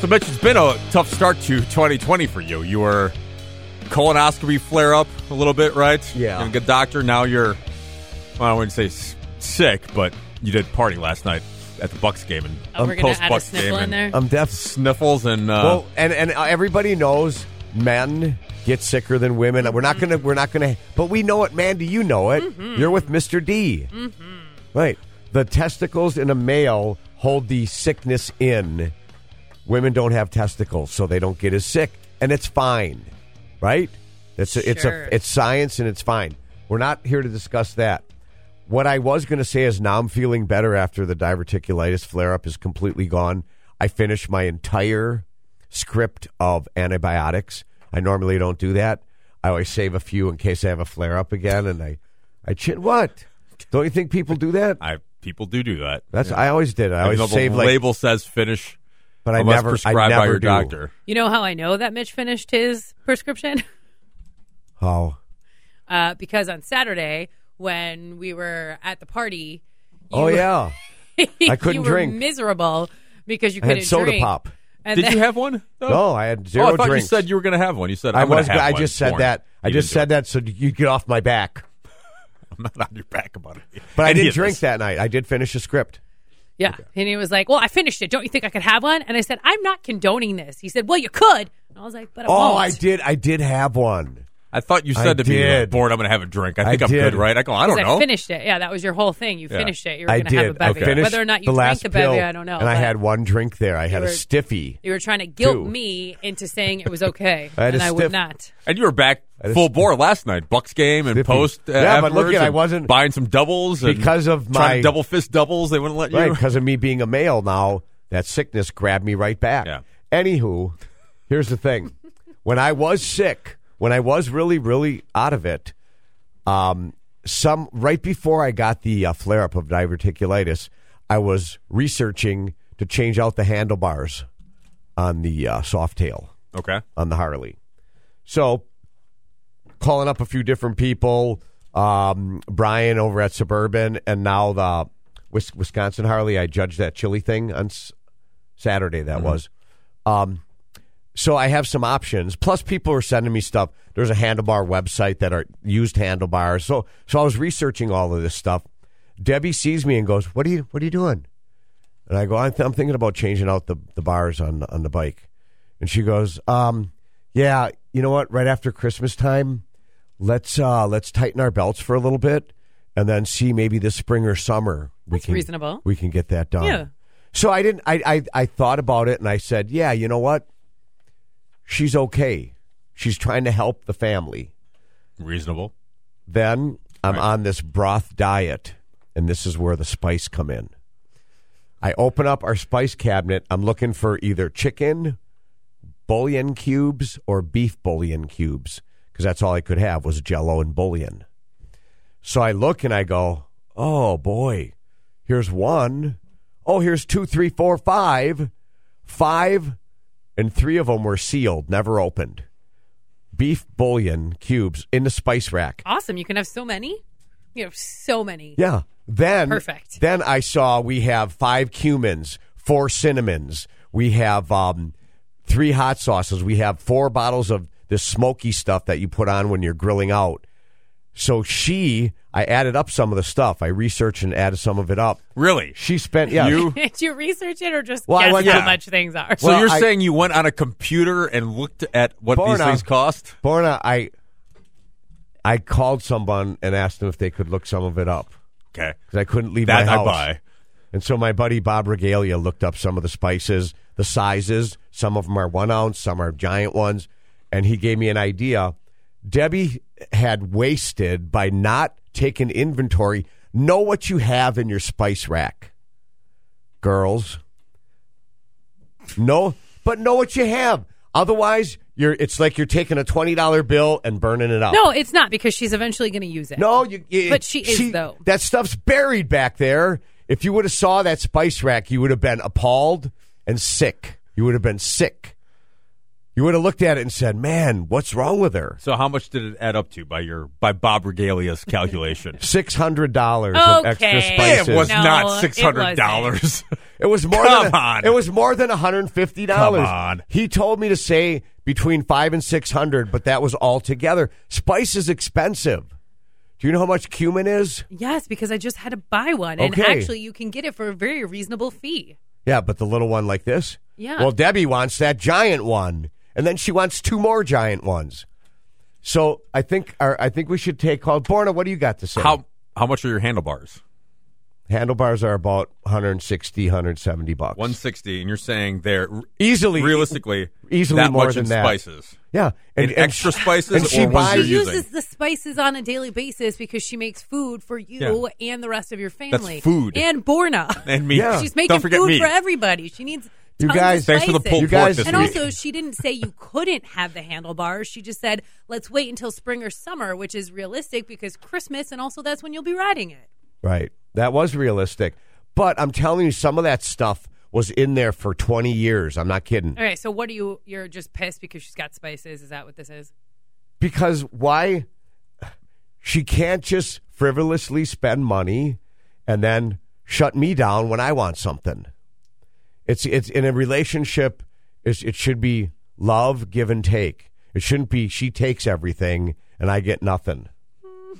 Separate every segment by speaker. Speaker 1: to mention, it's been a tough start to 2020 for you. You were colonoscopy flare up a little bit, right?
Speaker 2: Yeah.
Speaker 1: And good doctor. Now you're, well, I wouldn't say s- sick, but you did party last night at the Bucks game and
Speaker 3: Oh, we're gonna
Speaker 1: post
Speaker 3: add a
Speaker 1: Bucks
Speaker 3: sniffle
Speaker 1: game
Speaker 3: in there.
Speaker 1: and
Speaker 2: I'm deaf.
Speaker 1: sniffles and uh,
Speaker 2: Well, and and everybody knows men get sicker than women. We're not gonna we're not gonna, but we know it, Mandy. You know it. You're with Mister D, right? The testicles in a male hold the sickness in. Women don't have testicles, so they don't get as sick, and it's fine, right? It's a, it's
Speaker 3: Sure.
Speaker 2: a it's science, and it's fine. We're not here to discuss that. What I was going to say is now I'm feeling better after the diverticulitis flare up is completely gone. I finished my entire script of antibiotics. I normally don't do that. I always save a few in case I have a flare up again. And I, I chin what? Don't you think people do that?
Speaker 1: I people do do that.
Speaker 2: That's I always did. I
Speaker 1: Even
Speaker 2: always
Speaker 1: though
Speaker 2: save
Speaker 1: the
Speaker 2: like,
Speaker 1: label says finish,
Speaker 2: but I
Speaker 1: unless
Speaker 2: never,
Speaker 1: prescribed
Speaker 2: I never
Speaker 1: by your
Speaker 2: do.
Speaker 1: doctor.
Speaker 3: You know how I know that Mitch finished his prescription?
Speaker 2: Oh,
Speaker 3: Uh, because on Saturday, when we were at the party, you,
Speaker 2: oh yeah. I couldn't
Speaker 3: you were
Speaker 2: drink.
Speaker 3: miserable because you
Speaker 2: I
Speaker 3: couldn't
Speaker 2: had soda
Speaker 3: drink.
Speaker 2: pop.
Speaker 3: And
Speaker 1: Did
Speaker 3: then-
Speaker 1: you have one? though?
Speaker 2: No, I had
Speaker 1: oh,
Speaker 2: zero
Speaker 1: I thought
Speaker 2: drinks.
Speaker 1: you said you were going to have one. You said
Speaker 2: I
Speaker 1: I'm gonna
Speaker 2: was.
Speaker 1: Have
Speaker 2: I
Speaker 1: one.
Speaker 2: just said
Speaker 1: Born.
Speaker 2: that. I
Speaker 1: You
Speaker 2: just
Speaker 1: didn't
Speaker 2: said that so you get off my back.
Speaker 1: do it. I'm not on your back about it.
Speaker 2: But I
Speaker 1: Any
Speaker 2: didn't
Speaker 1: of
Speaker 2: drink
Speaker 1: this.
Speaker 2: that night. I did finish a script.
Speaker 3: yeah. And he was like, Well, I finished it. Don't you think I could have one? And I said, I'm not condoning this. He said, Well, you could. And I was like, But I
Speaker 2: Oh,
Speaker 3: won't.
Speaker 2: I did. I did have one.
Speaker 1: I thought you
Speaker 2: I
Speaker 1: said to me, like,
Speaker 2: did.
Speaker 1: "Bored, I'm going to have a drink." I think
Speaker 2: I
Speaker 1: am
Speaker 2: did.
Speaker 1: good, right? I go, I don't
Speaker 3: 'Cause
Speaker 1: know.
Speaker 3: finished it. Yeah, that was your whole thing. You
Speaker 1: Yeah.
Speaker 3: finished it. You were
Speaker 2: I
Speaker 3: going to
Speaker 2: did.
Speaker 3: have a bevy.
Speaker 2: I finished
Speaker 3: Whether or not you
Speaker 2: the
Speaker 3: drank
Speaker 2: last
Speaker 3: the bevy,
Speaker 2: pill,
Speaker 3: I don't know.
Speaker 2: And I
Speaker 3: but
Speaker 2: had one drink there. I had
Speaker 3: You
Speaker 2: a
Speaker 3: were-
Speaker 2: stiffy.
Speaker 3: You were trying to guilt
Speaker 2: Two.
Speaker 3: me into saying it was okay,
Speaker 2: I had
Speaker 3: and
Speaker 2: a
Speaker 3: I would
Speaker 2: stiff-
Speaker 3: not.
Speaker 1: And you were back
Speaker 2: I just-
Speaker 1: full bore last night, Bucks game and
Speaker 2: Stiffy.
Speaker 1: post. Uh,
Speaker 2: Yeah, but look
Speaker 1: afterwards
Speaker 2: at- I
Speaker 1: and
Speaker 2: wasn't-
Speaker 1: buying some doubles and
Speaker 2: Because of
Speaker 1: trying
Speaker 2: my-
Speaker 1: double fist doubles. They wouldn't let you.
Speaker 2: Right, because of me being a male now, that sickness grabbed me right back.
Speaker 1: Yeah.
Speaker 2: Anywho, here's the thing: when I was sick, when I was really, really out of it, um, some right before I got the uh, flare up of diverticulitis, I was researching to change out the handlebars on the uh, soft tail
Speaker 1: Okay,
Speaker 2: on the Harley. So, calling up a few different people, um, Brian over at Suburban, and now the Wis- Wisconsin Harley. I judged that chili thing on S- Saturday. That was. Um, so I have some options. Plus, people are sending me stuff. There's a handlebar website that are used handlebars. So, so I was researching all of this stuff. Debbie sees me and goes, "What are you? What are you doing?" And I go, I'm, I'm thinking about changing out the, the bars on on the bike. And she goes, um, yeah, you know what? Right after Christmas time, let's uh, let's tighten our belts for a little bit, and then see maybe this spring or summer we
Speaker 3: That's reasonable.
Speaker 2: We can get that done.
Speaker 3: Yeah.
Speaker 2: So I didn't. I, I I thought about it, and I said, yeah, you know what? She's okay. She's trying to help the family
Speaker 1: reasonable.
Speaker 2: then I'm on this broth diet, and this is where the spice come in. I open up our spice cabinet. I'm looking for either chicken bullion cubes or beef bullion cubes because that's all I could have was Jello and bullion. So I look and I go, oh boy, here's one. Oh, here's two, three, four, five, five, and three of them were sealed, never opened. Beef bullion cubes in the spice rack.
Speaker 3: Awesome. You can have so many. You have so many.
Speaker 2: Yeah. Then
Speaker 3: Perfect.
Speaker 2: Then I saw we have five cumins, four cinnamons, we have um, three hot sauces, we have four bottles of this smoky stuff that you put on when you're grilling out. So she, I added up some of the stuff. I researched and added some of it up.
Speaker 1: Really?
Speaker 2: She spent yeah.
Speaker 1: You.
Speaker 3: Did you research it or just
Speaker 2: Well, I
Speaker 3: guess
Speaker 2: went-
Speaker 3: how
Speaker 1: yeah.
Speaker 3: much things are?
Speaker 1: So
Speaker 2: Well,
Speaker 1: you're
Speaker 2: I-
Speaker 1: saying you went on a computer and looked at what these
Speaker 2: Borna.
Speaker 1: things cost?
Speaker 2: Borna, I I called someone and asked them if they could look some of it up
Speaker 1: Okay,
Speaker 2: because I couldn't leave
Speaker 1: that
Speaker 2: my
Speaker 1: I
Speaker 2: house.
Speaker 1: buy.
Speaker 2: And so my buddy Bob Regalia looked up some of the spices, the sizes. Some of them are one ounce, some are giant ones. And he gave me an idea. Debbie had wasted by not taking inventory. Know what you have in your spice rack, girls. No, but know what you have. Otherwise, you're. It's like you're taking a twenty dollar bill and burning it up.
Speaker 3: no, it's not because she's eventually going to use it.
Speaker 1: Oh.
Speaker 2: No, you, you-
Speaker 3: But she is, though.
Speaker 2: That stuff's buried back there. If you would have saw that spice rack, you would have been appalled and sick. You would have been sick. You would have looked at it and said, "Man, what's wrong with her?"
Speaker 1: So how much did it add up to by your by Bob Regalia's calculation?
Speaker 2: Six hundred dollars of
Speaker 3: Okay.
Speaker 2: extra
Speaker 3: Hey,
Speaker 1: it
Speaker 2: spices.
Speaker 1: was
Speaker 3: No,
Speaker 1: not
Speaker 3: it
Speaker 1: six hundred dollars.
Speaker 2: It was more
Speaker 1: Come
Speaker 2: than
Speaker 1: on.
Speaker 2: it was more than one hundred and fifty dollars.
Speaker 1: Come on.
Speaker 2: He told me to say between five and six hundred, but that was all together. Spice is expensive. Do you know how much cumin is?
Speaker 3: Yes, because I just had to buy one, and
Speaker 2: Okay.
Speaker 3: actually, you can get it for a very reasonable fee.
Speaker 2: Yeah, but the little one like this.
Speaker 3: Yeah.
Speaker 2: Well, Debbie wants that giant one, and then she wants two more giant ones. So I think our, I think we should take call. Borna, what do you got to say?
Speaker 1: How how much are your handlebars?
Speaker 2: handlebars are about 160 170 bucks
Speaker 1: 160, and you're saying they're r-
Speaker 2: easily
Speaker 1: realistically
Speaker 2: easily
Speaker 1: that
Speaker 2: more
Speaker 1: much
Speaker 2: than
Speaker 1: in
Speaker 2: that.
Speaker 1: spices.
Speaker 2: yeah
Speaker 1: In extra spices
Speaker 2: and she
Speaker 1: or ones
Speaker 2: buys
Speaker 1: you're
Speaker 3: She
Speaker 1: using?
Speaker 3: uses the spices on a daily basis because she makes food for you and the rest of your family.
Speaker 1: food.
Speaker 3: and Borna.
Speaker 1: And me.
Speaker 2: Yeah.
Speaker 3: She's making
Speaker 1: Don't forget
Speaker 3: food
Speaker 1: me.
Speaker 3: for everybody. She needs.
Speaker 2: You
Speaker 3: tons
Speaker 2: guys-
Speaker 3: of
Speaker 1: Thanks for the
Speaker 3: spices.
Speaker 1: pulled
Speaker 2: You
Speaker 1: pork
Speaker 2: guys-
Speaker 1: this
Speaker 3: And
Speaker 1: week.
Speaker 3: also, she didn't say you couldn't have the handlebars. She just said, let's wait until spring or summer, which is realistic because Christmas, and also that's when you'll be riding it.
Speaker 2: right that was realistic but i'm telling you some of that stuff was in there for 20 years i'm not kidding
Speaker 3: All right, so what are you? You're just pissed because she's got spices. Is that what this is?
Speaker 2: because why she can't just frivolously spend money and then shut me down when I want something. It's it's in a relationship. It's, it should be love, give and take. It shouldn't be she takes everything and I get nothing.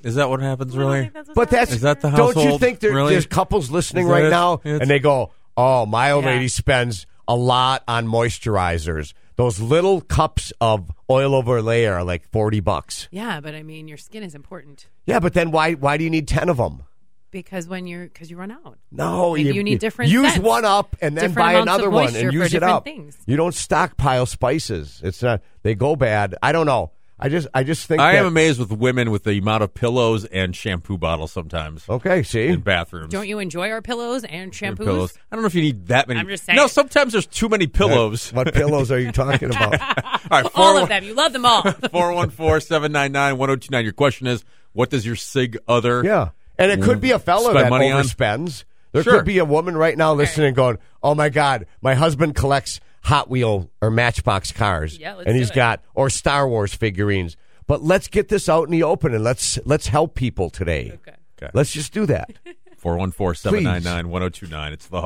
Speaker 1: Is that what happens, really?
Speaker 2: But that's
Speaker 1: Is that the
Speaker 2: Don't you
Speaker 1: household?
Speaker 2: think there,
Speaker 1: Really?
Speaker 2: there's couples listening
Speaker 1: Is that
Speaker 2: right
Speaker 1: it?
Speaker 2: now
Speaker 1: It's-
Speaker 2: and they go, "Oh, my old
Speaker 3: Yeah.
Speaker 2: lady spends a lot on moisturizers. Those little cups of oil over layer are like forty bucks."
Speaker 3: Yeah, but I mean, your skin is important
Speaker 2: Yeah, but then why why do you need ten of them?
Speaker 3: because when you're because you run out.
Speaker 2: No,
Speaker 3: Maybe you need different
Speaker 2: Use
Speaker 3: scents.
Speaker 2: one up and then
Speaker 3: Different
Speaker 2: buy
Speaker 3: amounts of
Speaker 2: another one
Speaker 3: moisture
Speaker 2: and
Speaker 3: for
Speaker 2: use it
Speaker 3: different
Speaker 2: up.
Speaker 3: things.
Speaker 2: You don't stockpile spices. It's not they go bad. I don't know. I just I just think
Speaker 1: I am
Speaker 2: that-
Speaker 1: amazed with women with the amount of pillows and shampoo bottles sometimes
Speaker 2: Okay, see.
Speaker 1: in bathrooms.
Speaker 3: Don't you enjoy our pillows and shampoos?
Speaker 1: And pillows. I don't know if you need that many.
Speaker 3: I'm just saying.
Speaker 1: No, sometimes there's too many pillows.
Speaker 2: What pillows are you talking about?
Speaker 1: All right,
Speaker 3: All of them. You love them all.
Speaker 1: 414 799 1029. Your question is what does your SIG other?
Speaker 2: yeah. And it could be a fella
Speaker 1: Mm. Spend
Speaker 2: that
Speaker 1: money on-
Speaker 2: overspends. There
Speaker 1: Sure.
Speaker 2: could be a woman right now listening going, "Oh my god, my husband collects Hot Wheel or Matchbox cars."
Speaker 3: Yeah, let's
Speaker 2: and
Speaker 3: do
Speaker 2: he's
Speaker 3: it.
Speaker 2: got or Star Wars figurines. But let's get this out in the open and let's let's help people today.
Speaker 3: Okay.
Speaker 1: Okay.
Speaker 2: Let's just do that.
Speaker 1: 414 799 1029. It's the